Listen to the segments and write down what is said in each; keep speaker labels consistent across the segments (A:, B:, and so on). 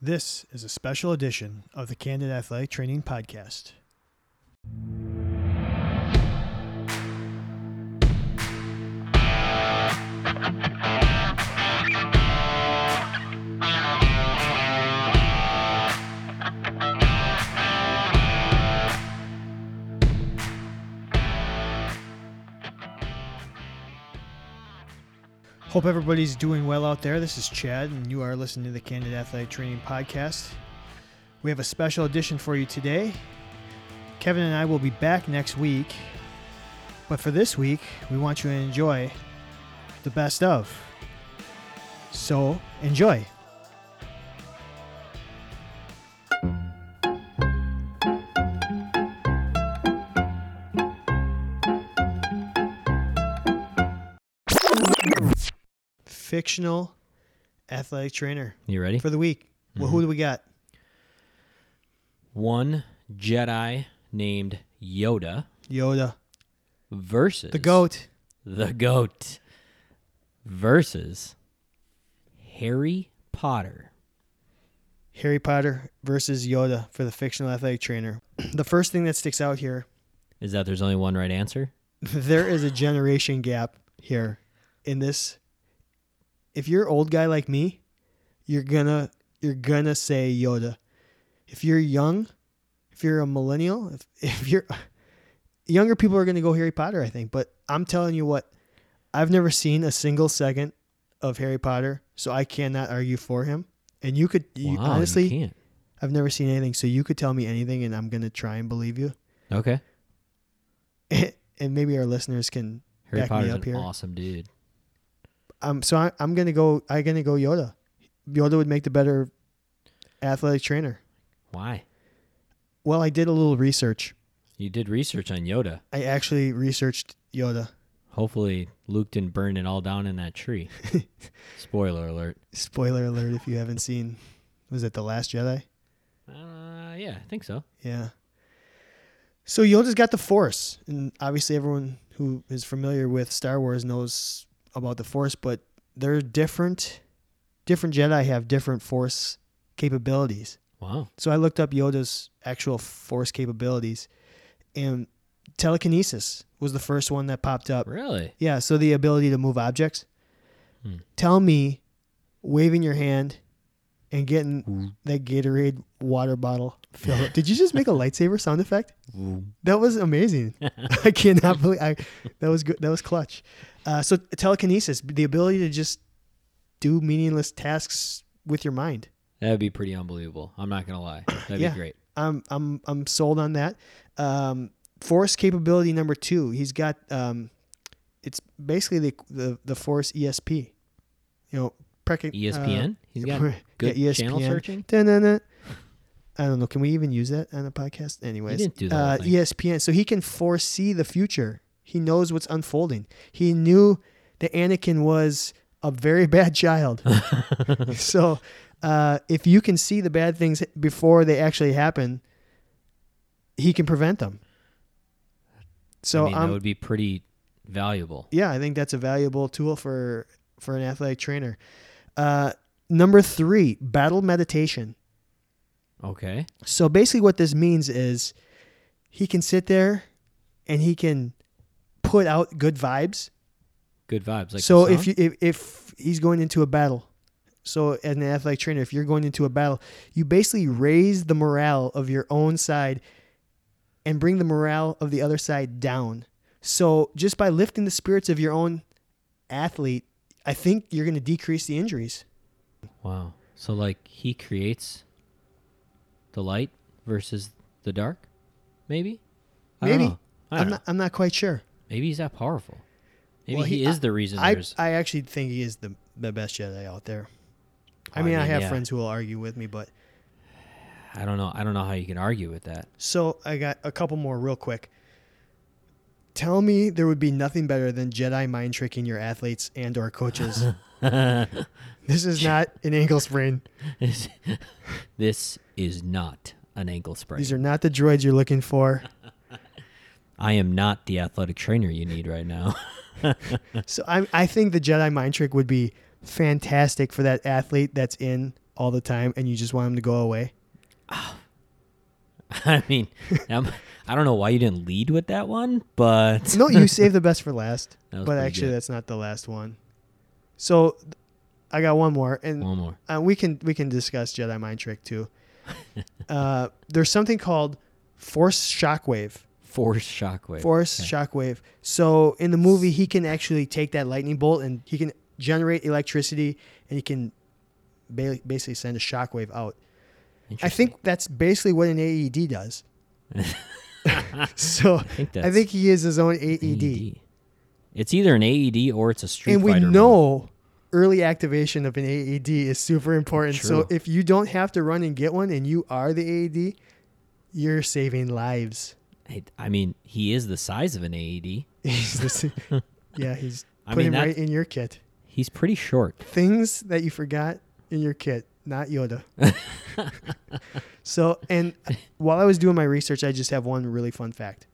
A: This is a special edition of the Candid Athletic Training Podcast. Hope everybody's doing well out there. This is Chad, and you are listening to the Candid Athletic Training Podcast. We have a special edition for you today. Kevin and I will be back next week, but for this week, we want you to enjoy the best of. So, enjoy. Fictional athletic trainer
B: You ready?
A: for the week. Well, who do we got?
B: One Jedi named Yoda
A: Yoda,
B: versus
A: the goat.
B: The goat versus Harry Potter.
A: Harry Potter versus Yoda for the fictional athletic trainer. the first thing that sticks out here,
B: Is that there's only one right answer?
A: there is a generation gap here in this. If you're an old guy like me, you're gonna you're gonna say Yoda. If you're young, if you're a millennial, if, if you're younger people are gonna go Harry Potter, I think. But I'm telling you what, I've never seen a single second of Harry Potter, so I cannot argue for him. And you could you,
B: Wow,
A: honestly
B: you can't.
A: I've never seen anything, so you could tell me anything, and I'm gonna try and believe you.
B: Okay.
A: and maybe our listeners can
B: Harry
A: back me
B: Potter's
A: up
B: an
A: here.
B: awesome dude.
A: Um, so I, I'm gonna go. I'm gonna go Yoda. Yoda would make the better athletic trainer.
B: Why?
A: Well, I did a little research.
B: You did research on Yoda.
A: I actually researched Yoda.
B: Hopefully Luke didn't burn it all down in that tree. Spoiler alert.
A: Spoiler alert! If you haven't seen, was it the Last Jedi?
B: Uh, yeah, I think so.
A: Yeah. So Yoda's got the Force, and obviously everyone who is familiar with Star Wars knows about the Force, but they're different. Different Jedi have different Force capabilities.
B: Wow.
A: So I looked up Yoda's actual Force capabilities, and telekinesis was the first one that popped up.
B: Really?
A: Yeah, so the ability to move objects.
B: Hmm.
A: Tell me, waving your hand and getting that Gatorade water bottle filled up. Did you just make a lightsaber sound effect? That was amazing. I cannot believe I that was good. That was clutch. Uh, so telekinesis, the ability to just do meaningless tasks with your mind.
B: That'd be pretty unbelievable. I'm not gonna lie. That'd
A: Yeah.
B: be great.
A: I'm I'm I'm sold on that. Um, force capability number two. He's got um, it's basically the the, the force ESP. You know, prec- uh,
B: ESPN. He's got
A: yeah, E
B: good channel
A: ESPN.
B: searching.
A: Da-na-na. I don't know. Can we even use that on a podcast? Anyways,
B: didn't do the whole
A: uh,
B: thing.
A: ESPN. So he can foresee the future. He knows what's unfolding. He knew that Anakin was a very bad child. so uh, if you can see the bad things before they actually happen, he can prevent them. So
B: I mean,
A: I'm,
B: that would be pretty valuable.
A: yeah, I think that's a valuable tool for for an athletic trainer. Uh, number three, battle meditation.
B: Okay.
A: So basically, what this means is he can sit there and he can put out good vibes.
B: Good vibes. Like
A: so
B: the
A: if
B: song?
A: you if, if he's going into a battle, so as an athletic trainer, if you're going into a battle, you basically raise the morale of your own side and bring the morale of the other side down. So just by lifting the spirits of your own athlete, I think you're going to decrease the injuries.
B: Wow. So like he creates the light versus the dark, maybe. I
A: Maybe.
B: Don't know. I
A: I'm
B: don't
A: not, I'm not quite sure.
B: know. Maybe he's that powerful. Maybe
A: Well,
B: he,
A: he-
B: is the reason
A: I,
B: there's.
A: I actually think he is the, the best Jedi out there. I
B: I
A: mean, I,
B: mean,
A: have
B: Oh, yeah.
A: friends who will argue with me, but
B: I don't know. I don't know how you can argue with that.
A: so I got a couple more real quick. Tell me there would be nothing better than Jedi mind tricking your athletes and or coaches. this is not an ankle sprain.
B: this is not an ankle sprain.
A: These are not the droids you're looking for.
B: I am not the athletic trainer you need right now.
A: So I I think the Jedi mind trick would be fantastic for that athlete that's in all the time and you just want him to go away.
B: I mean, I'm, I don't know why you didn't lead with that one, but
A: No, you saved the best for last.
B: That was
A: But
B: pretty
A: actually
B: good.
A: that's not the last one. So th- I got one more and
B: one more.
A: uh, we can we can discuss Jedi mind trick too. uh, there's something called force shockwave.
B: Force shockwave.
A: Force
B: Okay.
A: shockwave. So in the movie, he can actually take that lightning bolt and he can generate electricity and he can ba- basically send a shockwave out. I
B: Interesting.
A: think that's basically what an AED does. so
B: I think that's
A: I think he is his own E AED.
B: AED. E It's either an AED or it's a street
A: And we
B: fighter. move.
A: know early activation of an AED is super important. So
B: True.
A: if you don't have to run and get one and you are the AED, you're saving lives.
B: I, I mean, he is the size of an E AED.
A: He's the s- yeah, he's
B: I
A: put
B: mean,
A: him
B: that-
A: right in your kit.
B: He's pretty short.
A: Things that you forgot in your kit, not Yoda. so, and while I was doing my research, I just have one really fun fact.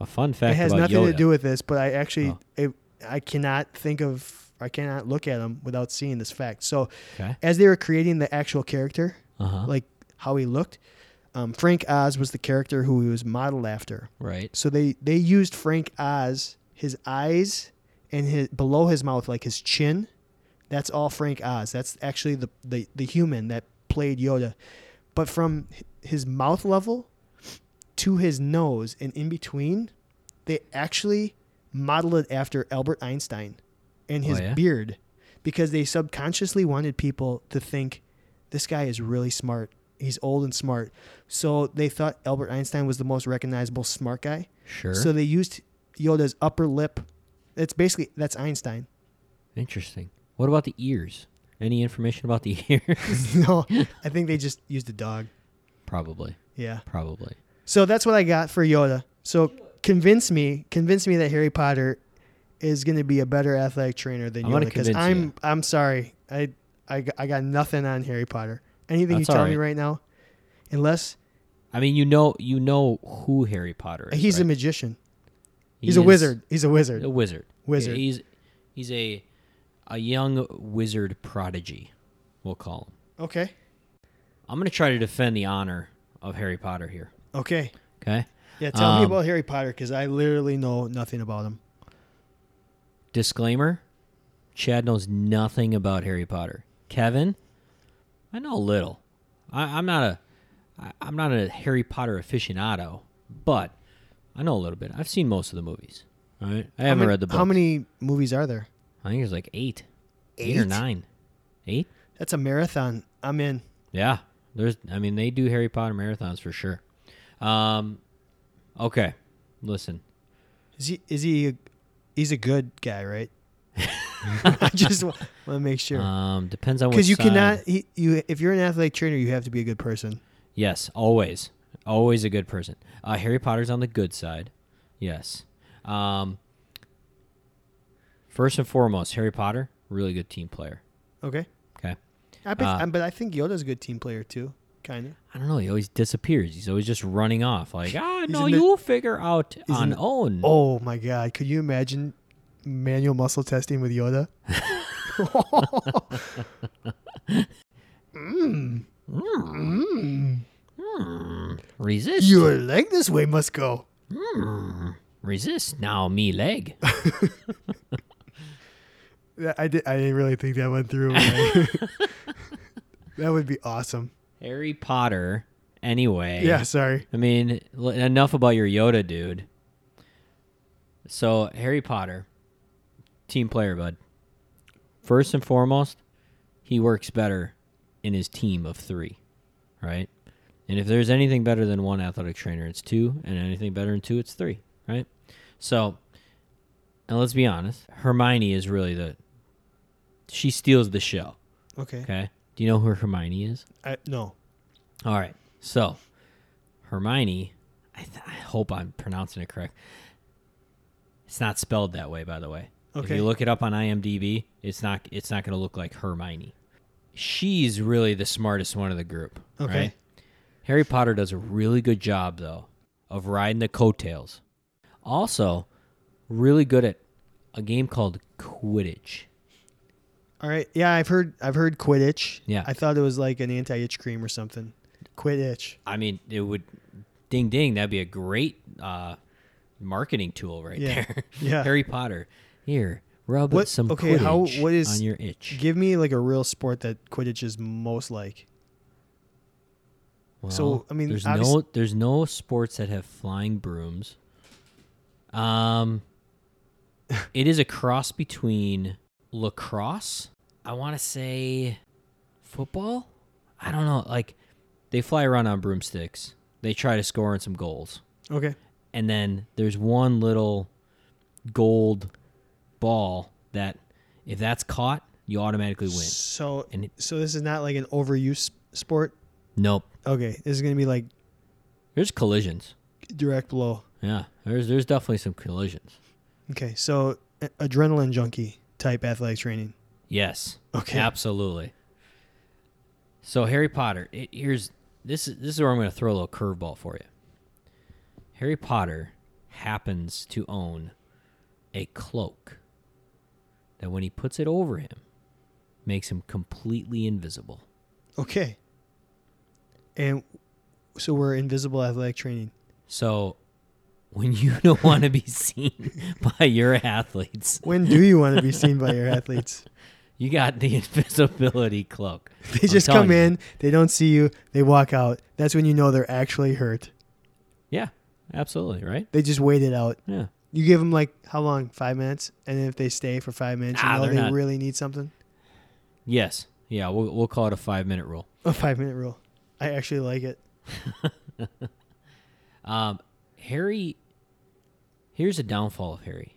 B: A fun fact
A: it has
B: about
A: nothing to
B: Yoda.
A: do with this, but I actually
B: Oh.
A: it, I cannot think of I cannot look at him without seeing this fact. So,
B: Okay.
A: as they were creating the actual character,
B: Uh-huh.
A: like how he looked, um, Frank Oz was the character who he was modeled after.
B: right.
A: So they they used Frank Oz, his eyes and his below his mouth, like his chin. That's all Frank Oz. That's actually the the, the human that played Yoda. But from h- his mouth level to his nose and in between, they actually modeled it after Albert Einstein and
B: Oh,
A: his
B: yeah?
A: beard because they subconsciously wanted people to think this guy is really smart. He's old and smart. So they thought Albert Einstein was the most recognizable smart guy.
B: Sure.
A: So they used Yoda's upper lip. It's basically that's Einstein.
B: Interesting. What about the ears? Any information about the ears?
A: no, I think they just used a dog.
B: probably.
A: Yeah.
B: Probably.
A: So that's what I got for Yoda. So convince me, convince me that Harry Potter is going to be a better athletic trainer than
B: I'm
A: Yoda
B: gonna
A: because
B: convince
A: I'm
B: you.
A: I'm sorry. I, I g- I got nothing on Harry Potter. Anything
B: That's
A: you
B: all
A: tell me right now unless
B: I mean, you know, you know who Harry Potter is.
A: he's a
B: right?
A: magician.
B: He
A: He's a
B: is
A: wizard. He's a wizard.
B: A wizard.
A: Wizard.
B: He's he's a a young wizard prodigy. We'll call him.
A: Okay.
B: I'm gonna try to defend the honor of Harry Potter here.
A: Okay.
B: Okay.
A: Yeah, tell me
B: Um,
A: about Harry Potter because I literally know nothing about him.
B: Disclaimer: Chad knows nothing about Harry Potter. Kevin, I know a little. I, I'm not a I, I'm not a Harry Potter aficionado, but I know a little bit. I've seen most of the movies. All right. I haven't
A: How many-
B: read the book.
A: How many movies are there?
B: I think there's like eight, eight, or
A: Eight?
B: nine, eight.
A: That's a marathon. I'm in.
B: Yeah, there's. I mean, they do Harry Potter marathons for sure. Um, okay, listen.
A: Is he? Is he? A, he's a good guy, right? I just want to make sure
B: Um, depends on
A: because
B: which
A: you
B: side-
A: cannot. He, you, if you're an athletic trainer, you have to be a good person.
B: Yes, always, always a good person. Uh, Harry Potter's on the good side. Yes. Um, first and foremost, Harry Potter, really good team player.
A: Okay.
B: Okay.
A: I bet,
B: Uh,
A: I- but I think Yoda's a good team player too, kind of.
B: I don't know. He always disappears. He's always just running off. Like, ah,
A: He's
B: no,
A: in the-
B: you'll figure out
A: He's in
B: on
A: the-
B: own.
A: Oh my God! Could you imagine manual muscle testing with Yoda?
B: Resist.
A: Your leg this way must go.
B: Resist now, me leg.
A: Yeah, I did. I didn't really think that went through. but I- that would be awesome.
B: Harry Potter. Anyway.
A: Yeah. Sorry.
B: I mean, l- enough about your Yoda, dude. So, Harry Potter, team player, bud. First and foremost, he works better in his team of three, right? And if there's anything better than one athletic trainer, it's two, and anything better than two, it's three, right? So, and let's be honest, Hermione is really the. She steals the show,
A: Okay.
B: okay? Do you know who Hermione is?
A: I, no.
B: All right. So, Hermione, I, th- I hope I'm pronouncing it correct. It's not spelled that way, by the way. If
A: Okay.
B: you look it up on IMDb, it's not it's not going to look like Hermione. She's really the smartest one of the group.
A: Okay.
B: Right? Harry Potter does a really good job though of riding the coattails. Also, really good at a game called Quidditch.
A: All right. Yeah, I've heard I've heard Quidditch.
B: Yeah.
A: I thought it was like an anti-itch cream or something. Quidditch.
B: I mean, it would ding ding. That'd be a great uh, marketing tool right
A: Yeah.
B: there.
A: Yeah.
B: Harry Potter. Here, rub
A: What-
B: some
A: okay, how-
B: Quidditch
A: what is-
B: on your itch.
A: Give me like a real sport that Quidditch is most like.
B: Well,
A: so, I mean,
B: there's
A: obvious-
B: no there's no sports that have flying brooms. Um, it is a cross between lacrosse. I want to say football. I don't know. Like they fly around on broomsticks. They try to score on some goals.
A: Okay.
B: and then there's one little gold ball that if that's caught, you automatically win.
A: So
B: And it-
A: so this is not like an overuse sport.
B: Nope.
A: Okay. This is going to be like
B: There's collisions.
A: direct blow.
B: Yeah. There's there's definitely some collisions.
A: Okay. So a- adrenaline junkie type athletic training.
B: Yes.
A: Okay.
B: Absolutely. So Harry Potter, it, here's this is this is where I'm going to throw a little curveball for you. Harry Potter happens to own a cloak that when he puts it over him makes him completely invisible.
A: Okay. And so we're invisible athletic training.
B: So when you don't want to be seen by your athletes,
A: When do you want to be seen by your athletes?
B: you got the invisibility cloak.
A: They just come in, they don't see you, they walk out. That's when you know they're actually hurt.
B: Yeah, absolutely, right?
A: They just wait it out.
B: Yeah.
A: You give them like how long? Five minutes, and then if they stay for five minutes, you
B: Ah,
A: know
B: they're
A: they
B: not-
A: really need something.
B: Yes. Yeah, we'll, we'll call it a five minute rule.
A: A five minute rule. I actually like it.
B: Um, Harry, here's a downfall of Harry.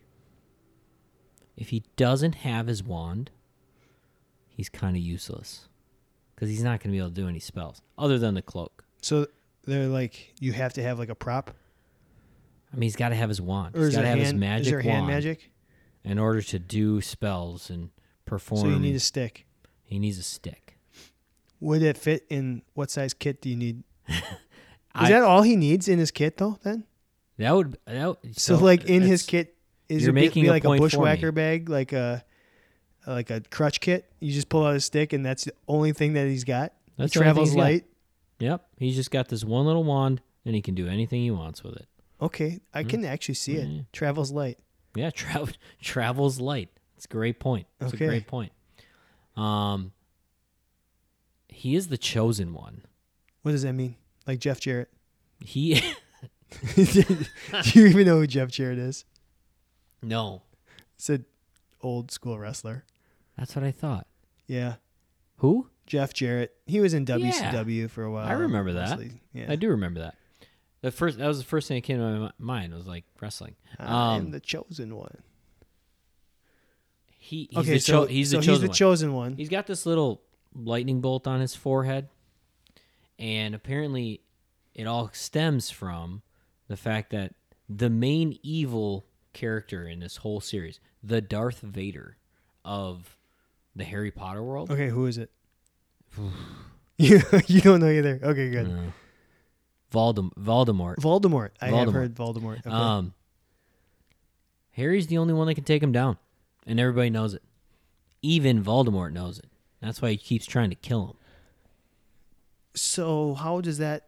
B: If he doesn't have his wand, he's kind of useless because he's not going to be able to do any spells other than the cloak.
A: So they're like, you have to have like a prop,
B: I mean, he's got to have his wand.
A: or
B: He's
A: is there
B: got to have
A: hand?
B: his magic
A: is there hand
B: wand.
A: magic?
B: in order to do spells and perform.
A: So you need a stick.
B: he needs a stick.
A: Would it fit in what size kit do you need? Is
B: I-
A: that all he needs in his kit though? Then
B: That would that would,
A: so, like in his
B: it's-
A: kit is
B: you're
A: it be-
B: making
A: be
B: a
A: like a
B: point for me.
A: bushwhacker bag, like a like a crutch kit. You just pull out a stick, and that's the only thing that he's got.
B: That's
A: he
B: the only thing
A: travels
B: he's got.
A: light.
B: Yep, he's just got this one little wand and he can do anything he wants with it.
A: Okay, I can
B: Mm-hmm.
A: actually see it.
B: Yeah.
A: Travels light.
B: Yeah, travel travels light. It's a great point. It's
A: Okay.
B: a great point. Um, he is the chosen one.
A: What does that mean? Like Jeff Jarrett?
B: He
A: Do you even know who Jeff Jarrett is?
B: no,
A: It's an old school wrestler.
B: that's what I thought.
A: Yeah,
B: Who?
A: Jeff Jarrett. He was in WCW for a while.
B: I remember that.
A: mostly. Yeah,
B: I do remember that. The first that was the first thing that came to my mi- mind was like wrestling.
A: I'm
B: Um,
A: the chosen one.
B: he he's
A: Okay,
B: the
A: so,
B: cho- he's
A: so
B: the chosen
A: he's the
B: one.
A: chosen one.
B: He's got this little lightning bolt on his forehead, and apparently, it all stems from the fact that the main evil character in this whole series, the Darth Vader of the Harry Potter world,
A: Okay, who is it? you you don't know either. Okay,
B: Mm.
A: good.
B: Voldem- Voldemort.
A: Voldemort. I have
B: Voldemort.
A: heard Voldemort. Okay.
B: Um, Harry's the only one that can take him down, and everybody knows it. Even Voldemort knows it. That's why he keeps trying to kill him.
A: so how does that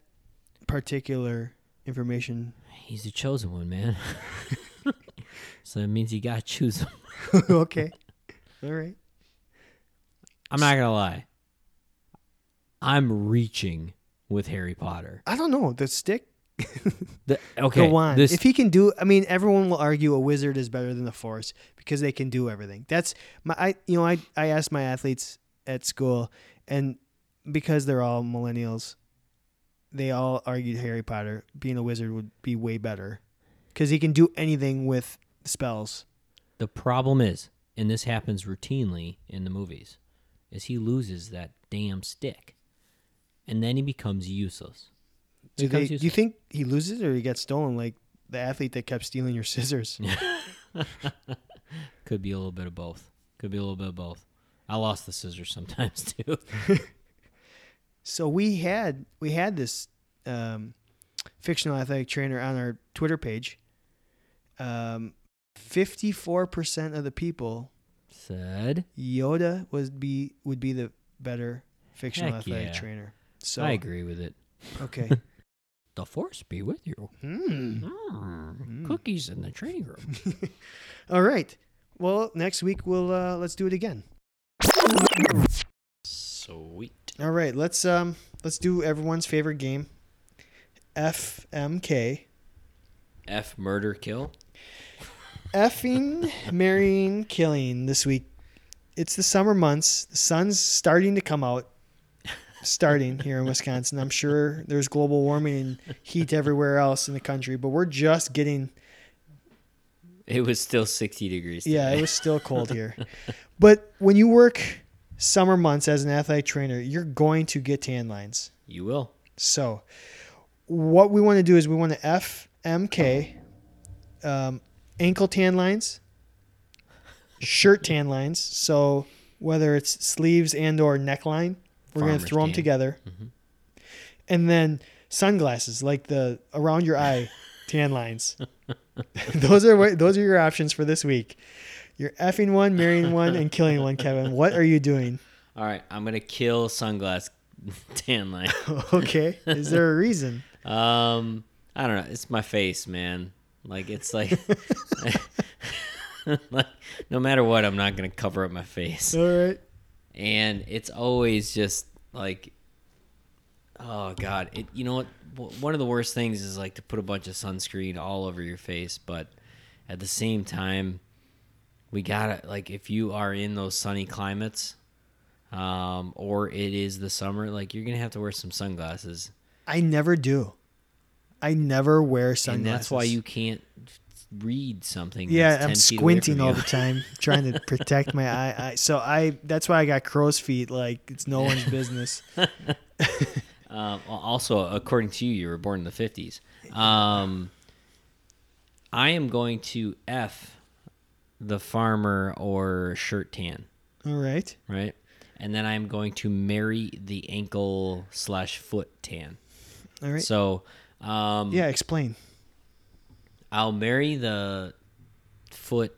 A: particular information?
B: He's the chosen one, man. so that means you gotta choose him.
A: okay, all right.
B: I'm not gonna lie. I'm reaching with Harry Potter.
A: I don't know the stick.
B: The,
A: the
B: okay,
A: wand.
B: this-
A: if he can do, I mean, everyone will argue a wizard is better than the force because they can do everything. That's my, I, you know, I, I asked my athletes at school, and because they're all millennials, they all argued Harry Potter being a wizard would be way better because he can do anything with spells.
B: the problem is, and this happens routinely in the movies, is he loses that damn stick, and then he becomes useless.
A: Do,
B: Becomes
A: they, do you
B: useless.
A: think he loses it or he gets stolen like the athlete that kept stealing your scissors?
B: Could be a little bit of both. Could be a little bit of both. I lost the scissors sometimes too.
A: So we had we had this um, fictional athletic trainer on our Twitter page. Um, Fifty-four percent of the people
B: Said.
A: Yoda would be would be the better fictional
B: Heck
A: athletic
B: yeah.
A: trainer. So
B: I agree with it.
A: Okay.
B: The force be with you.
A: Hmm.
B: Mm. Cookies in the training room.
A: All right. Well, next week we'll uh, let's do it again.
B: Sweet.
A: All right. Let's um let's do everyone's favorite game. FMK.
B: F murder kill.
A: Effing, marrying, killing this week. It's the summer months. The sun's starting to come out. Starting here in Wisconsin. I'm sure there's global warming and heat everywhere else in the country, but we're just getting
B: It was still sixty degrees.
A: Yeah,
B: today.
A: it was still cold here. But when you work summer months as an athletic trainer, you're going to get tan lines.
B: you will.
A: So, what we want to do is we want to FMK um, ankle tan lines, shirt tan lines. So whether it's sleeves and or neckline, we're going to
B: Farmer's
A: throw them
B: tan.
A: together. And then sunglasses like the around your eye tan lines. those are what, those are your options for this week. You're effing one, marrying one, and killing one, Kevin. What are you doing?
B: All right, I'm gonna kill sunglass tan line.
A: Okay. Is there a reason?
B: Um, I don't know. It's my face, man. Like it's like, like no matter what, I'm not gonna cover up my face.
A: All right.
B: and it's always just like oh god it, you know what W- one of the worst things is like to put a bunch of sunscreen all over your face but at the same time we gotta like if you are in those sunny climates um, or it is the summer like you're gonna have to wear some sunglasses
A: I never do. I never wear
B: and
A: sunglasses.
B: that's why you can't read something
A: Yeah,
B: that's
A: I'm
B: 10 feet away from
A: squinting
B: you.
A: all the time, trying to protect my eye. I, so I that's why I got crow's feet. Like it's no one's business.
B: Um, al- also, according to you, you were born in the 50s. Um, I am going to F the farmer or shirt tan,
A: All right.
B: right? And then I'm going to marry the ankle slash foot tan.
A: All right.
B: So um,
A: yeah, explain.
B: I'll marry the foot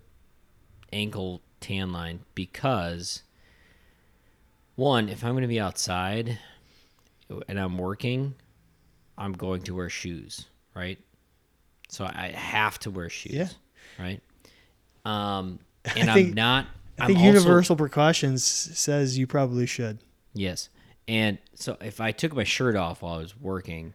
B: ankle tan line because one, if I'm going to be outside and I'm working, I'm going to wear shoes, right? So I have to wear shoes,
A: Yeah.
B: right? Um, and I'm
A: think-
B: not.
A: I
B: I'm
A: think
B: also-
A: universal precautions says you probably should.
B: Yes. And so if I took my shirt off while I was working,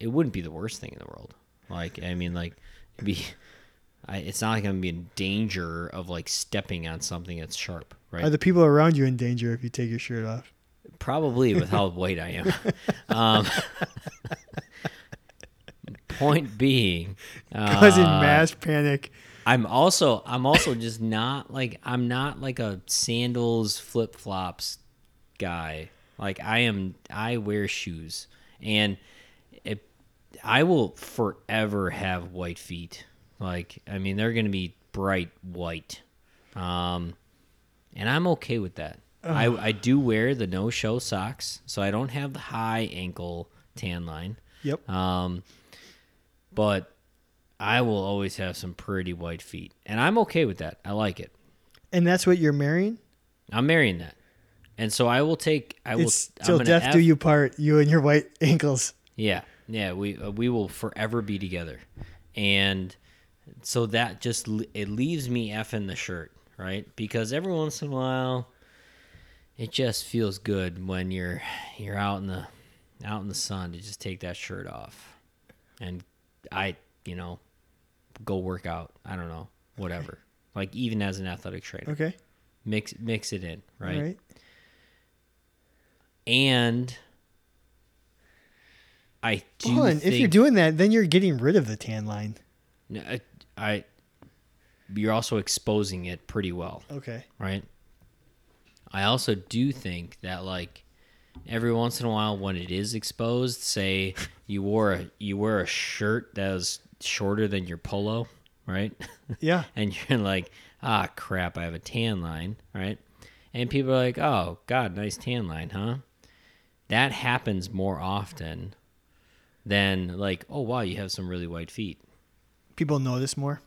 B: it wouldn't be the worst thing in the world. Like, I mean, like, it'd be, I, it's not like I'm gonna be in danger of like stepping on something that's sharp, right?
A: Are the people around you in danger if you take your shirt off?
B: Probably with how white I am. um, point being,
A: Causing
B: uh,
A: mass panic.
B: I'm also I'm also just not like I'm not like a sandals flip flops guy. Like I am I wear shoes and it, I will forever have white feet. Like I mean they're gonna be bright white. Um and I'm okay with that. I, I do wear the no show socks, so I don't have the high ankle tan line.
A: Yep.
B: Um, but I will always have some pretty white feet, and I'm okay with that. I like it.
A: And that's what you're marrying?
B: I'm marrying that, and so I will take. I will.
A: It's
B: I'm
A: till
B: gonna
A: death
B: F-
A: do you part, you and your white ankles.
B: Yeah, yeah. We uh, we will forever be together, and so that just l- it leaves me effing the shirt, right? Because every once in a while, it just feels good when you're you're out in the out in the sun to just take that shirt off, and I you know go work out. I don't know whatever. Like even as an athletic trainer,
A: Okay.
B: mix mix it in,
A: All
B: right?
A: right.
B: And I do.
A: Well, and if you're
B: think-
A: doing that, then you're getting rid of the tan line.
B: No, I, I- you're also exposing it pretty well,
A: Okay.
B: right? I also do think that like every once in a while when it is exposed, say you wore a you wear a shirt that was shorter than your polo, right?
A: Yeah.
B: and you're like, ah, crap, I have a tan line, right? And people are like, oh, God, nice tan line, huh? That happens more often than like, oh, wow, you have some really white feet.
A: People notice more.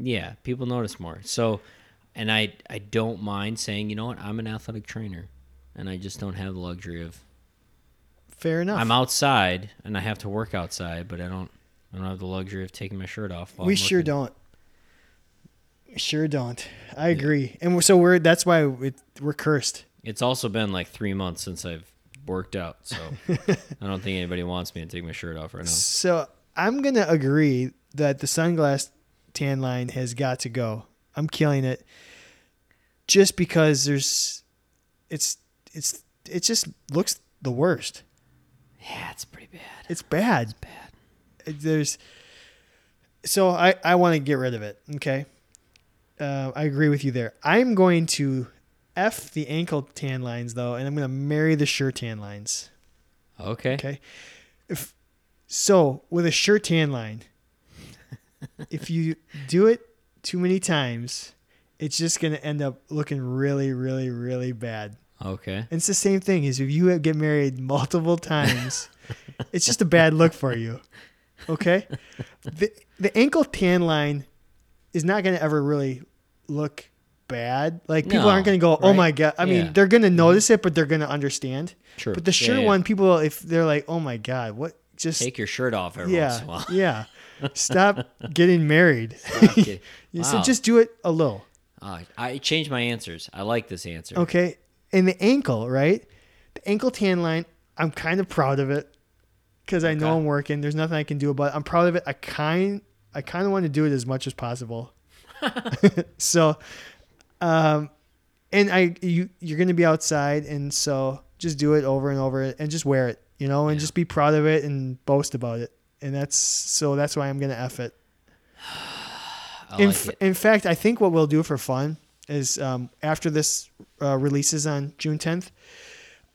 B: Yeah, people notice more. So and I I don't mind saying, you know what, I'm an athletic trainer, and I just don't have the luxury of
A: Fair enough.
B: I'm outside and I have to work outside, but I don't I don't have the luxury of taking my shirt off. While
A: we
B: I'm
A: sure
B: working.
A: don't. We Sure don't. I agree. And we're, so we're that's why it, we're cursed.
B: It's also been like three months since I've worked out, so I don't think anybody wants me to take my shirt off right now.
A: So I'm gonna agree that the sunglass tan line has got to go. I'm killing it. Just because there's, it's it's it just looks the worst.
B: Yeah, it's pretty bad.
A: It's bad.
B: Bad.
A: It- There's. So I I want to get rid of it. Okay. Uh, I agree with you there. I'm going to f the ankle tan lines though, and I'm gonna marry the shirt tan lines.
B: Okay.
A: Okay. If so, with a sure tan line, if you do it too many times, it's just gonna end up looking really, really, really bad.
B: Okay.
A: And it's the same thing as if you get married multiple times, it's just a bad look for you. Okay. The the ankle tan line is not gonna ever really look bad. Like people
B: No,
A: aren't gonna go, oh
B: right?
A: my god. I
B: Yeah.
A: mean, they're gonna notice it, but they're gonna understand.
B: True.
A: But the
B: Yeah,
A: sure
B: yeah.
A: one, people, if they're like, oh my God, what? Just,
B: Take your shirt off every once
A: yeah,
B: in a while.
A: yeah. Stop getting married.
B: Okay.
A: You said
B: Wow.
A: just do it a little.
B: Ah, I changed my answers. I like this answer.
A: Okay. And the ankle, right? The ankle tan line, I'm kind of proud of it because I know
B: Okay.
A: I'm working. There's nothing I can do about it. I'm proud of it. I kind, I kind of want to do it as much as possible. so, um, and I, you, you're going to be outside. And so just do it over and over and just wear it, you know, and
B: Yeah.
A: just be proud of it and boast about it. And that's, so that's why I'm going to F it
B: I
A: in,
B: like
A: f-
B: it.
A: in fact, I think what we'll do for fun is um, after this uh, releases on June 10th,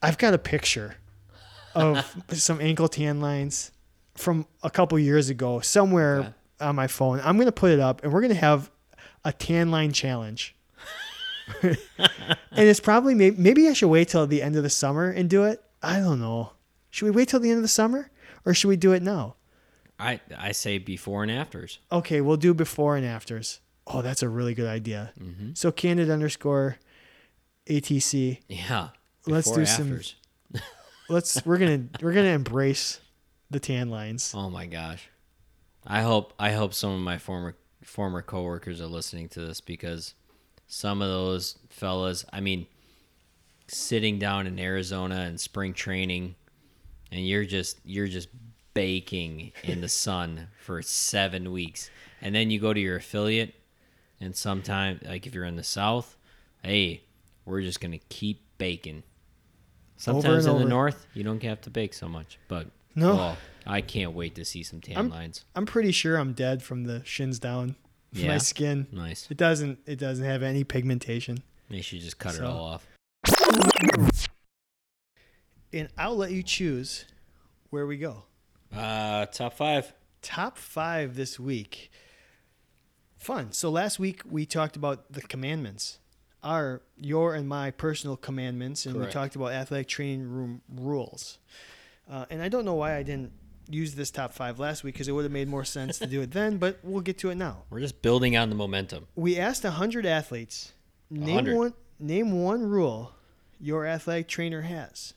A: I've got a picture of some ankle tan lines from a couple years ago somewhere
B: Okay.
A: on my phone. I'm going to put it up and we're going to have a tan line challenge. and it's probably maybe, maybe I should wait till the end of the summer and do it. I don't know. Should we wait till the end of the summer or should we do it now?
B: I I say before and afters.
A: Okay, we'll do before and afters. Oh, that's a really good idea.
B: Mm-hmm.
A: So candid underscore ATC.
B: Yeah.
A: Let's
B: before
A: do some-
B: afters.
A: Let's we're gonna we're gonna embrace the tan lines.
B: Oh my gosh. I hope I hope some of my former former coworkers are listening to this because some of those fellas, I mean, sitting down in Arizona and spring training and you're just you're just baking in the sun for 7 weeks. And then you go to your affiliate and sometime like if you're in the south, hey, we're just going to keep baking. Sometimes in
A: and
B: the
A: over.
B: north, you don't have to bake so much, but
A: No.
B: oh, I can't wait to see some tan
A: I'm-
B: lines.
A: I'm pretty sure I'm dead from the shins down. from
B: Yeah.
A: My skin.
B: Nice.
A: It doesn't it doesn't have any pigmentation.
B: They should just cut
A: So-
B: it all off.
A: And I'll let you choose where we go.
B: Uh, top five.
A: Top five this week. Fun. So last week we talked about the commandments. Our your and my personal commandments and
B: Correct.
A: we talked about athletic training room rules. Uh, and I don't know why I didn't use this top five last week because it would have made more sense to do it then, but we'll get to it now.
B: We're just building on the momentum.
A: We asked 100 athletes name
B: 100.
A: one name one rule your athletic trainer has.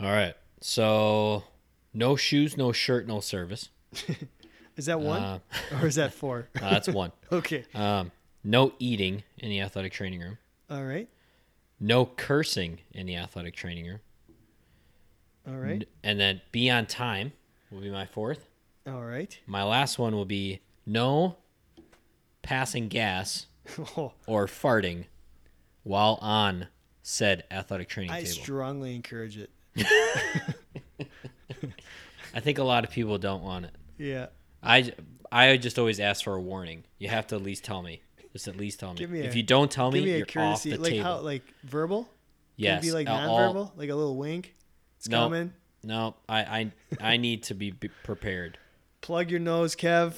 B: All right. So, no shoes, no shirt, no service.
A: Is that one
B: Uh,
A: or is that four?
B: uh, that's one.
A: okay.
B: Um, no eating in the athletic training room.
A: All right.
B: No cursing in the athletic training room.
A: All right.
B: N- And then be on time will be my fourth.
A: All right.
B: My last one will be no passing gas
A: Oh,
B: or farting while on said athletic training
A: I
B: table.
A: strongly encourage it.
B: I think a lot of people don't want it.
A: Yeah.
B: I I just always ask for a warning. You have to at least tell me. Just at least tell me.
A: Give me
B: if
A: a-
B: you don't tell me,
A: Give me
B: you're
A: a courtesy,
B: off the
A: like
B: table.
A: how, like verbal. Can it
B: yes.
A: be like
B: uh, all-
A: nonverbal, like a little wink. It's
B: No.
A: coming.
B: no, I I I need to be b- prepared.
A: Plug your nose, Kev.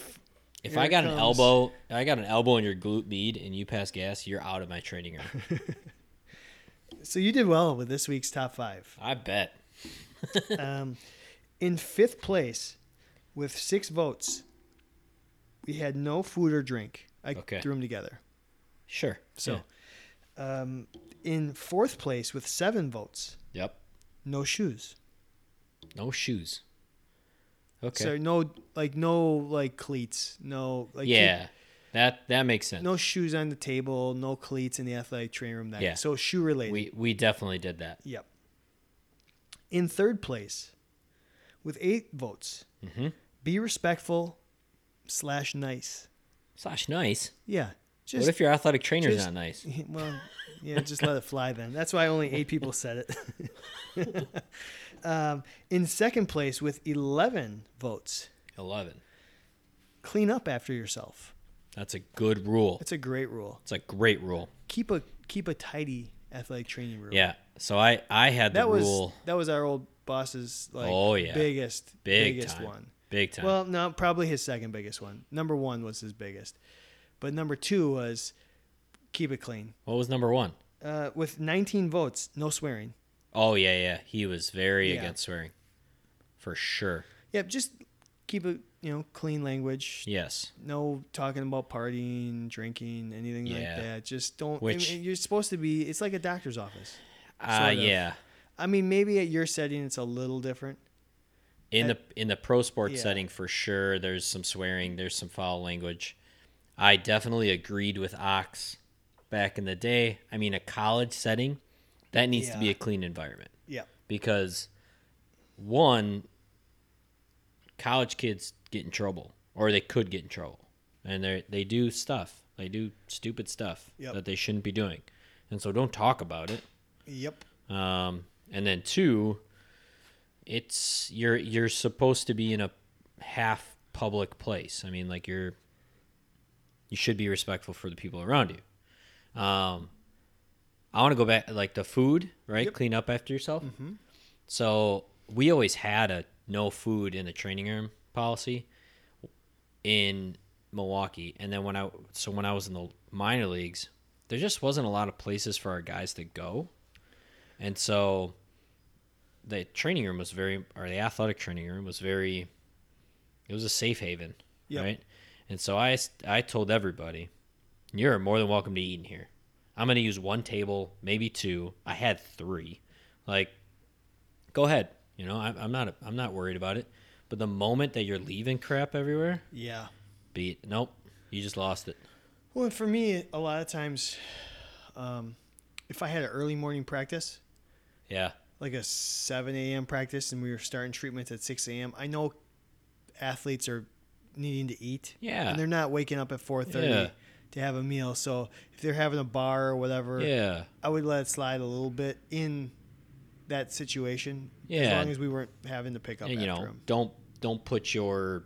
B: If
A: Here
B: I
A: it
B: got an
A: comes.
B: elbow, I got an elbow in your glute med, and you pass gas, you're out of my training room.
A: So you did well with this week's top five.
B: I bet.
A: Um, in fifth place, with six votes, we had no food or drink. I
B: Okay.
A: threw them together.
B: Sure.
A: So, um, in fourth place with seven votes,
B: Yep.
A: no shoes.
B: No shoes. Okay.
A: So no, like no like cleats, no like
B: yeah. That that makes sense.
A: no shoes on the table, no cleats in the athletic training room. That
B: Yeah.
A: so shoe related.
B: we we definitely did that.
A: Yep. In third place, with eight votes,
B: Mhm.
A: be respectful slash nice.
B: Slash nice.
A: Yeah.
B: what if your athletic trainer's
A: just-
B: not nice?
A: well, yeah, just let it fly then. That's why only eight people said it. um, in second place, with 11 votes,
B: Eleven.
A: clean up after yourself.
B: That's a good rule.
A: That's a great rule.
B: It's a great rule.
A: Keep a keep a tidy athletic training room.
B: Yeah. So I I had the
A: that was
B: rule
A: that was our old boss's like
B: Oh, yeah.
A: biggest
B: big
A: biggest
B: time.
A: one.
B: Big time.
A: Well, no, probably his second biggest one. Number one was his biggest, but number two was keep it clean.
B: what was number one?
A: Uh, with 19 votes, no swearing.
B: Oh yeah, yeah. He was very
A: Yeah.
B: against swearing. For sure.
A: Yep, just keep it you know clean language.
B: Yes.
A: No talking about partying, drinking, anything
B: Yeah.
A: like that. Just don't. I
B: Which-
A: mean, you're supposed to be. It's like a doctor's office.
B: Ah
A: Sort of.
B: yeah.
A: I mean, maybe at your setting it's a little different.
B: In the in the pro sports
A: Yeah.
B: setting for sure there's some swearing, there's some foul language. I definitely agreed with Ox back in the day. I mean a college setting, that needs to be
A: Yeah.
B: a clean environment.
A: Yeah.
B: because one college kids get in trouble or they could get in trouble and they they do stuff they do stupid stuff
A: Yep.
B: that they shouldn't be doing and so don't talk about it
A: Yep.
B: um, and then two it's you're you're supposed to be in a half public place i mean like you're you should be respectful for the people around you um, i want to go back like the food right
A: Yep.
B: clean up after yourself so we always had a no food in the training room policy in Milwaukee, and then when I so when I was in the minor leagues, there just wasn't a lot of places for our guys to go, and so the training room was very or the athletic training room was very it was a safe haven,
A: Yep.
B: right? And so I s- I told everybody, you're more than welcome to eat in here. I'm gonna use one table, maybe two. I had three, like go ahead. You know, I, I'm not I'm not worried about it. But the moment that you're leaving crap everywhere,
A: Yeah.
B: beat. Nope, you just lost it.
A: Well, for me, a lot of times, um, if I had an early morning practice,
B: Yeah,
A: like a 7 a.m. practice, and we were starting treatments at 6 a.m., I know athletes are needing to eat.
B: Yeah.
A: And they're not waking up at 4:30
B: Yeah.
A: to have a meal. So if they're having a bar or whatever,
B: yeah,
A: I would let it slide a little bit in that situation. As
B: Yeah.
A: long as we weren't having to pick up
B: and
A: after
B: you know,
A: them.
B: don't don't put your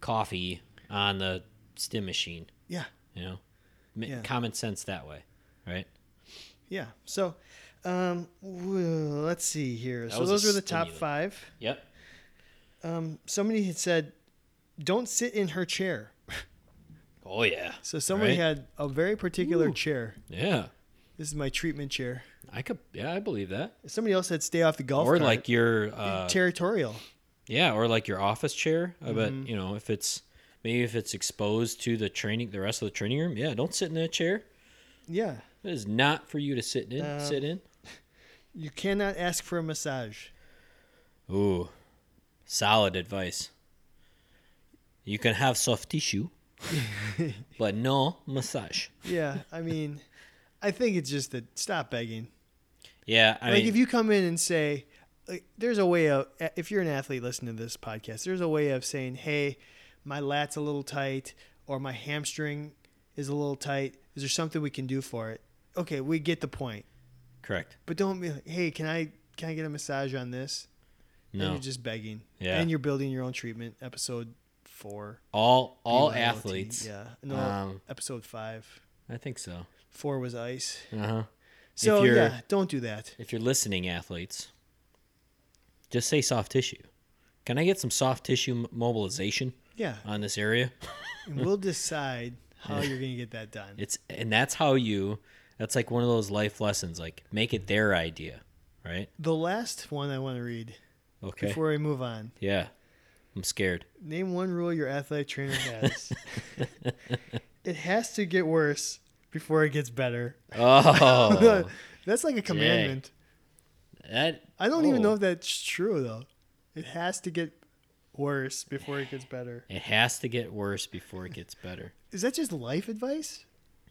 B: coffee on the stim machine.
A: Yeah.
B: You know, M-
A: Yeah.
B: common sense that way, right?
A: Yeah. So, um, well, let's see here. so
B: was a
A: those were the top
B: stimulant.
A: five.
B: Yep.
A: um, somebody had said, "Don't sit in her chair."
B: Oh yeah.
A: So somebody
B: Right.
A: had a very particular chair.
B: Yeah,
A: This is my treatment chair.
B: I could. Yeah, I believe that.
A: Somebody else said, "Stay off the golf
B: or
A: cart."
B: like your uh,
A: territorial.
B: Yeah, or like your office chair. I bet
A: Mm-hmm.
B: you know if it's maybe if it's exposed to the training, the rest of the training room. Yeah, don't sit in that chair.
A: Yeah,
B: It is not for you to sit in.
A: Um,
B: sit in.
A: you cannot ask for a massage.
B: Ooh, solid advice. You can have soft tissue, but no massage.
A: Yeah, I mean, I think it's just that stop begging.
B: Yeah, I
A: like
B: mean,
A: if you come in and say, like, "There's a way of," if you're an athlete listening to this podcast, there's a way of saying, "Hey, my lat's a little tight, or my hamstring is a little tight. Is there something we can do for it?" Okay, we get the point.
B: correct.
A: But don't be like, hey, can I can I get a massage on this? And
B: No,
A: you're just begging.
B: Yeah.
A: And you're building your own treatment. Episode four.
B: all all
A: BYOT.
B: athletes.
A: Yeah. No.
B: Um,
A: episode five.
B: I think so.
A: Four was ice.
B: Uh huh.
A: So
B: you're-
A: yeah, don't do that.
B: If you're listening, athletes, just say soft tissue. Can I get some soft tissue m- mobilization
A: Yeah.
B: on this area?
A: And we'll decide how you're gonna get that done.
B: It's and that's how you. That's like one of those life lessons. Like make it their idea, right?
A: The last one I want to read
B: Okay.
A: before we move on.
B: yeah, I'm scared.
A: Name one rule your athletic trainer has. it has to get worse before it gets better.
B: Oh,
A: That's like a commandment.
B: that
A: I don't even
B: oh.
A: know if that's true though. It has to get worse before it gets better.
B: It has to get worse before it gets better.
A: Is that just life advice?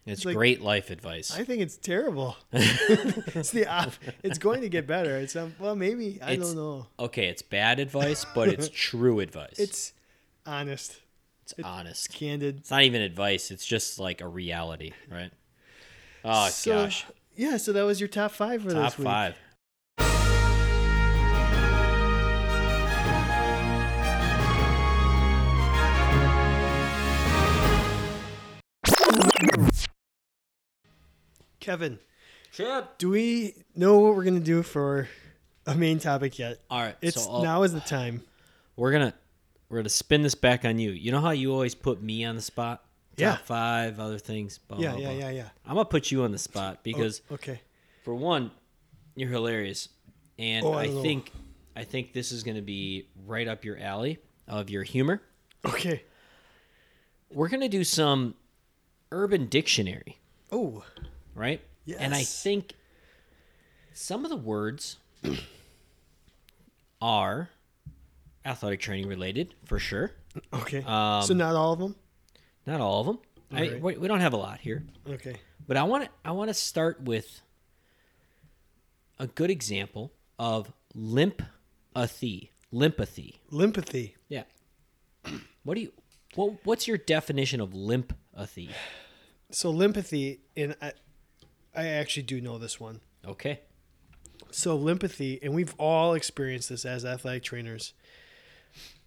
B: It's
A: Like-
B: great life advice.
A: I think it's terrible. it's the op- it's going to get better. It's um, well maybe I
B: It's-
A: don't know.
B: okay, it's bad advice, but it's true advice.
A: It's honest,
B: It's honest.
A: candid.
B: It's not even advice. It's just like a reality, right? Oh
A: So-
B: gosh,
A: Yeah, so that was your top five for
B: top
A: this week.
B: five.
A: Kevin,
B: Chad.
A: do we know what we're gonna do for a main topic yet?
B: All right,
A: It's
B: so I'll-
A: now is the time.
B: we're gonna we're gonna spin this back on you. You know how you always put me on the spot?
A: Yeah.
B: Top five other things. Blah,
A: Yeah,
B: blah,
A: yeah,
B: blah.
A: yeah, Oh. yeah.
B: I'm gonna put you on the spot because
A: Okay.
B: for one, you're hilarious, and
A: Oh, I
B: I,
A: don't know.
B: think I think this is gonna be right up your alley of your humor.
A: Okay.
B: We're gonna do some Urban Dictionary,
A: Oh.
B: right? And I
A: Yes.
B: think some of the words are athletic training related for sure.
A: Okay.
B: Um,
A: so not all of them.
B: Not all of them. I,
A: Alright.
B: we, we don't have a lot here,
A: Okay.
B: but I want to I want to start with a good example of limpathy. Limpathy.
A: Limpathy.
B: Yeah. What do you? Well, what's your definition of limpathy?
A: So limpathy, and I, I actually do know this one.
B: Okay.
A: So limpathy, and we've all experienced this as athletic trainers.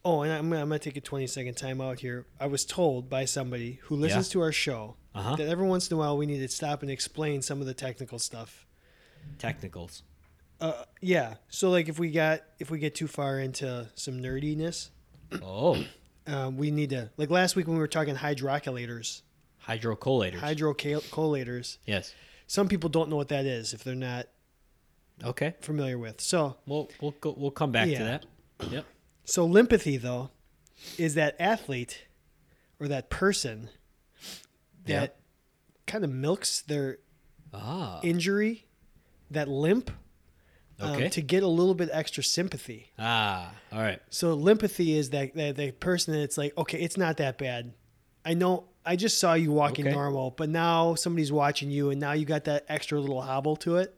A: Oh, and I'm, gonna- I'm going to take a 20 second time out here. I was told by somebody who listens to our show
B: Uh-huh.
A: that every once in a while we need to stop and explain some of the technical stuff.
B: Technicals.
A: Uh, yeah. So like if we got if we get too far into some nerdiness,
B: Oh,
A: um, we need to like last week when we were talking hydrocolators,
B: hydrocollators.
A: hydrocolators.
B: yes.
A: Some people don't know what that is if they're not
B: Okay.
A: familiar with. So
B: We'll we'll go, we'll come back
A: Yeah.
B: to that. Yep.
A: So limpathy though is that athlete or that person that
B: Yeah.
A: kind of milks their
B: Ah.
A: injury, that limp, um,
B: Okay.
A: to get a little bit extra sympathy.
B: ah. All right.
A: So limpathy is that that, that person that's like, okay, it's not that bad. I know I just saw you walking
B: Okay.
A: normal, but now somebody's watching you, and now you got that extra little hobble to it.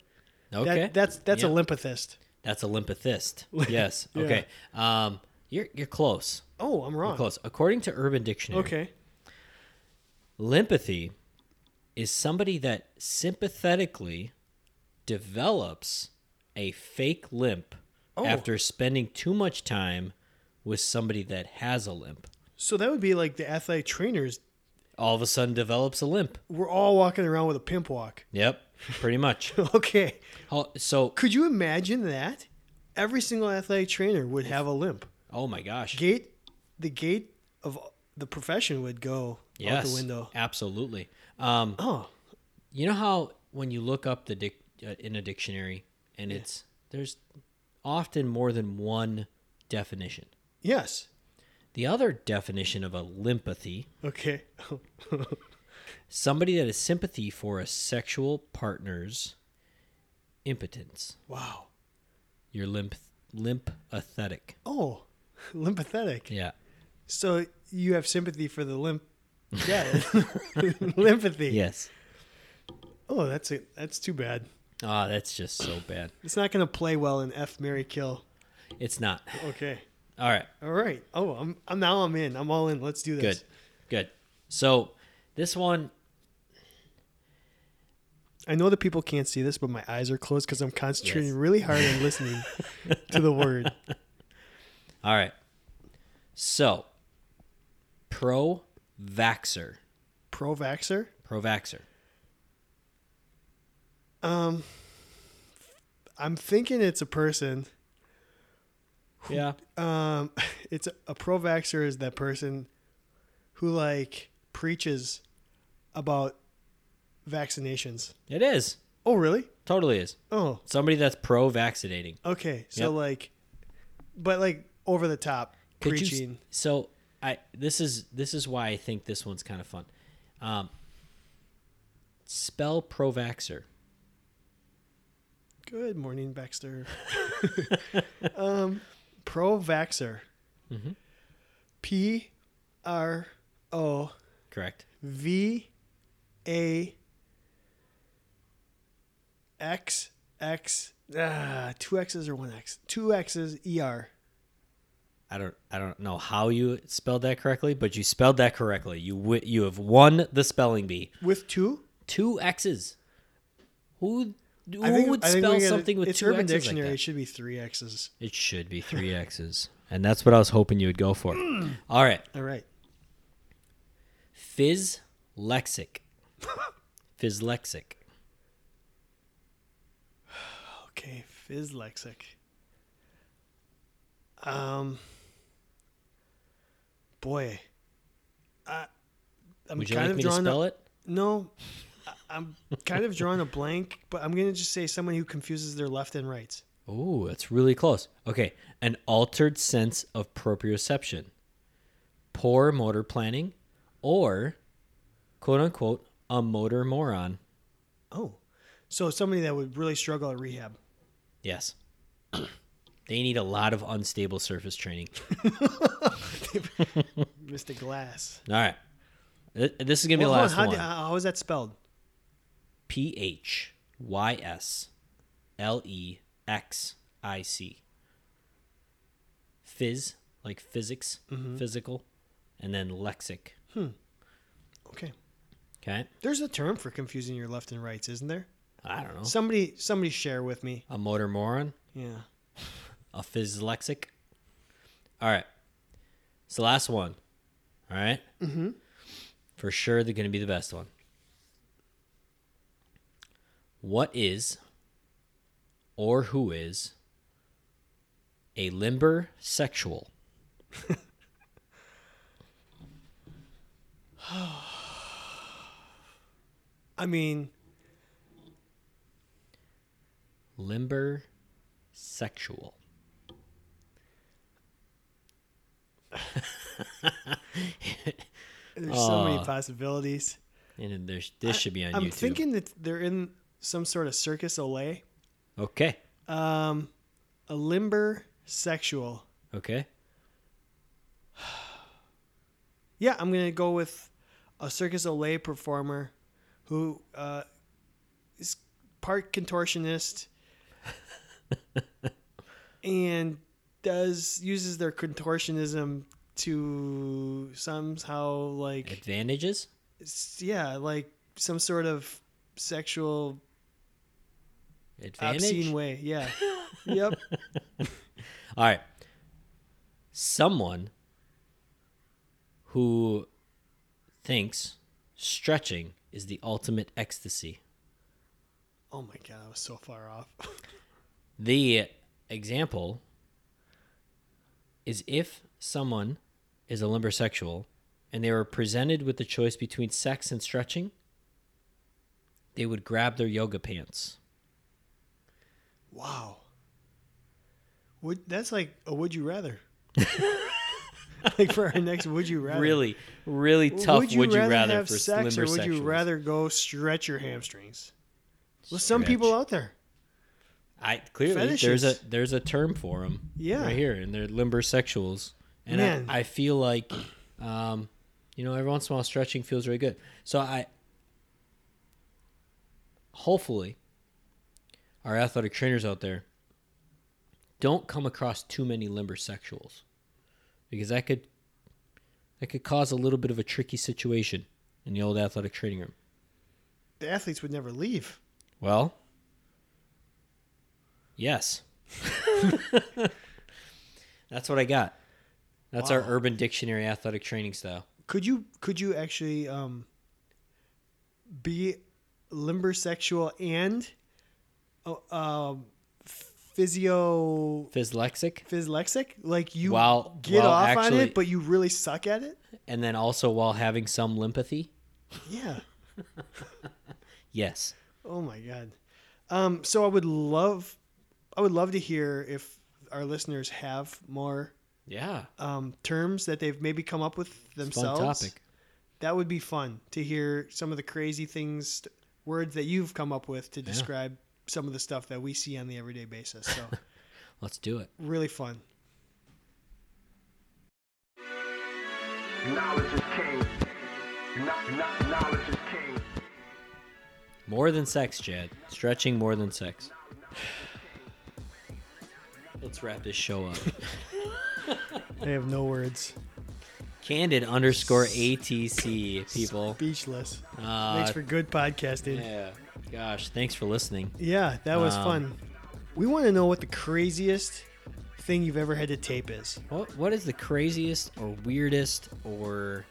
B: Okay.
A: That, that's that's
B: Yeah.
A: a limpathist.
B: That's a limpathist. yes.
A: Yeah.
B: Okay. Um, you're you're close.
A: Oh, I'm
B: You're
A: wrong.
B: close. According to Urban Dictionary,
A: Okay.
B: limpathy is somebody that sympathetically develops a fake limp
A: Oh.
B: after spending too much time with somebody that has a limp.
A: So that would be like the athletic trainers
B: All of a sudden develops a limp.
A: we're all walking around with a pimp walk.
B: Yep. Pretty much.
A: okay.
B: Ho- so,
A: Could you imagine that? Every single athletic trainer would have a limp.
B: oh my gosh.
A: Gate the gate of the profession would go
B: Yes.
A: out the window.
B: Absolutely. Um,
A: Oh.
B: You know how when you look up the dic- uh, in a dictionary and it's there's often more than one definition.
A: Yes.
B: The other definition of a limpathy,
A: Okay.
B: somebody that has sympathy for a sexual partner's impotence.
A: wow.
B: You're limp limpathetic.
A: Oh. Limpathetic.
B: Yeah.
A: So you have sympathy for the limp Yeah. Limpathy.
B: Yes.
A: Oh, that's it. That's too bad.
B: Ah, that's just so bad.
A: It's not gonna play well in F Mary Kill.
B: It's not.
A: Okay.
B: All right.
A: All right. Oh, I'm, I'm now I'm in. I'm all in. Let's do this.
B: Good. Good. So, this one
A: I know that people can't see this, but my eyes are closed because I'm concentrating really hard and listening to the word.
B: All right. So, pro vaxer.
A: Pro vaxxer?
B: Pro vaxer.
A: Um, I'm thinking it's a person.
B: Yeah.
A: Um, it's a, a pro vaxxer is that person who like preaches about vaccinations.
B: It is.
A: Oh, really?
B: Totally is.
A: Oh,
B: Somebody that's pro vaccinating.
A: okay. So
B: Yep.
A: like, but like over the top
B: Could you-
A: preaching.
B: so I this is this is why I think this one's kind of fun. Um Spell Provaxer.
A: Good morning, Baxter. um, pro vaxer.
B: Mhm.
A: P R O
B: Correct.
A: V A X X ah, two X's or one X two X's E R.
B: I don't I don't know how you spelled that correctly, but you spelled that correctly. You w- you have won the spelling bee.
A: with two.
B: Two X's. Who who would
A: I think we
B: spell
A: gotta-
B: something with
A: it's
B: two
A: Urban
B: X's
A: Dictionary.
B: like
A: it should be three X's.
B: that? It should be three X's, and that's what I was hoping you would go for. All right,
A: All right.
B: Fizz lexic. Fizz lexic.
A: Okay, physlexic. Um, boy, I, I'm
B: Would you
A: kind
B: like
A: of
B: me to
A: drawing
B: spell it?
A: a, No, I, I'm kind of drawing a blank, but I'm gonna just say someone who confuses their left and rights.
B: Oh, that's really close. Okay, an altered sense of proprioception, poor motor planning, or quote unquote a motor moron.
A: Oh, so somebody that would really struggle at rehab.
B: Yes. they need a lot of unstable surface training.
A: Mr. Glass.
B: All right. Th- This is going to be
A: Well,
B: the
A: hold on,
B: last
A: how,
B: one.
A: do- how how is that spelled?
B: P H Y S L E X I C. Phys, like physics,
A: Mm-hmm.
B: physical, and then lexic.
A: Okay,
B: Okay.
A: there's a term for confusing your left and rights, isn't there?
B: I don't know.
A: Somebody, somebody share with me.
B: a motor moron,
A: Yeah.
B: a physlexic. All right. It's the last one. All right. Mm-hmm. For sure, they're going to be the best one. What is or who is a limber sexual?
A: I mean,
B: Limber sexual.
A: There's so
B: Uh.
A: many possibilities.
B: And then there's, this should be on
A: I'm
B: YouTube.
A: thinking that they're in some sort of circus Olay.
B: okay.
A: Um, a limber sexual.
B: Okay.
A: Yeah, I'm gonna go with a circus Olay performer who uh, is part contortionist and does uses their contortionism to somehow like
B: Advantages?
A: s- yeah like some sort of sexual
B: Advantage?
A: obscene way. Yeah. yep.
B: All right. Someone who thinks stretching is the ultimate ecstasy.
A: Oh my god, I was so far off.
B: The example is if someone is a limbersexual and they were presented with the choice between sex and stretching, they would grab their yoga pants.
A: Wow. Would that's like a would you rather? like for our next would you rather?
B: Really, really tough would you, rather,
A: have
B: for
A: sex or would you
B: limbersexuals.
A: rather go stretch your hamstrings? Well, some people
B: Stretch.
A: out there.
B: I clearly there's
A: Fetishes.
B: a there's a term for them.
A: Yeah.
B: right here, and they're limber sexuals. And
A: Man.
B: I, I feel like, um, you know, every once in a while stretching feels really good. So I, hopefully, our athletic trainers out there don't come across too many limber sexuals, because that could that could cause a little bit of a tricky situation in the old athletic training room.
A: The athletes would never leave.
B: Well, yes. That's what I got. That's our
A: Wow.
B: Urban Dictionary athletic training style.
A: Could you could you actually um be limber sexual and uh, um physio
B: Physlexic,
A: physlexic? Like you
B: While-
A: get
B: while
A: off on
B: actually-
A: it, but you really suck at it?
B: and then also while having some limpathy.
A: Yeah.
B: Yes.
A: Oh my god. Um, so I would love, I would love to hear if our listeners have more
B: Yeah.
A: um, terms that they've maybe come up with
B: It's a Fun
A: themselves.
B: topic.
A: That would be fun to hear some of the crazy things words that you've come up with to describe some of the stuff that we see on the everyday basis. So
B: Let's do it.
A: really fun.
C: Knowledge is king. Kno- kno- Knowledge is king.
B: More than sex, Chad. Stretching more than sex. Let's wrap this show up.
A: I have no words.
B: Candid underscore ATC, people.
A: Speechless.
B: Uh,
A: Thanks for good podcasting.
B: yeah. Gosh, thanks for listening.
A: Yeah, that was
B: Um,
A: fun. We want to know what the craziest thing you've ever had to tape is.
B: What what is the craziest or weirdest or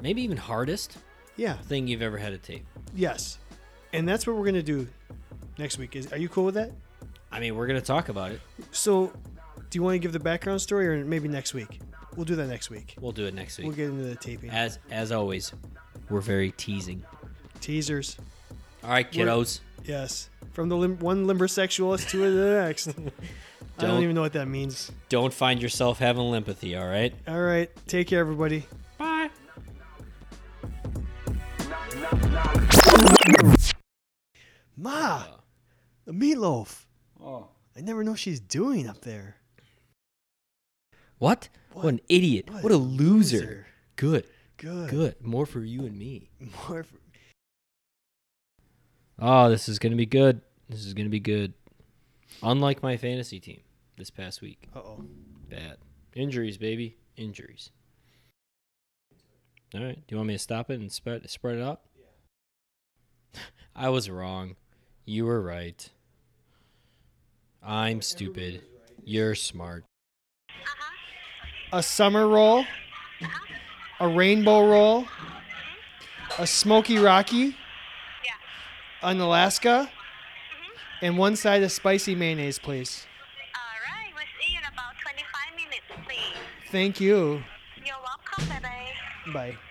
B: maybe even hardest
A: Yeah.
B: thing you've ever had to tape?
A: Yes. And that's what we're gonna do next week. Is are you cool with that?
B: I mean, we're gonna talk about it.
A: So, do you want to give the background story, or maybe next week? We'll do that next week.
B: We'll do it next week.
A: We'll get into the taping
B: as as always, we're very teasing.
A: teasers.
B: All right, kiddos.
A: Yes, from the lim- one limber sexualist to the next. I
B: Don't-
A: don't even know what that means.
B: Don't find yourself having limpathy, all right?
A: All right, take care, everybody.
B: Bye.
C: Kno- kno- Knowledge
A: Ma,
B: Uh.
A: the meatloaf.
D: Oh.
A: I never know what she's doing up there.
B: What? What, an idiot. What, a loser. Good.
A: Good.
B: Good. More for you and me.
A: More. f-
B: Oh, this is going to be good. This is going to be good. Unlike my fantasy team this past week.
A: Uh-oh.
B: Bad. Injuries, baby. Injuries. All right. Do you want me to stop it and spread spread it out? Yeah. I was wrong. You were right. I'm stupid. You're smart.
A: A summer roll, a rainbow roll, a smoky rocky, an Alaska, and one side of spicy mayonnaise, please.
E: All right, we'll see you in about 25 minutes, please.
A: Thank you.
E: You're welcome, bye-bye.
A: Bye.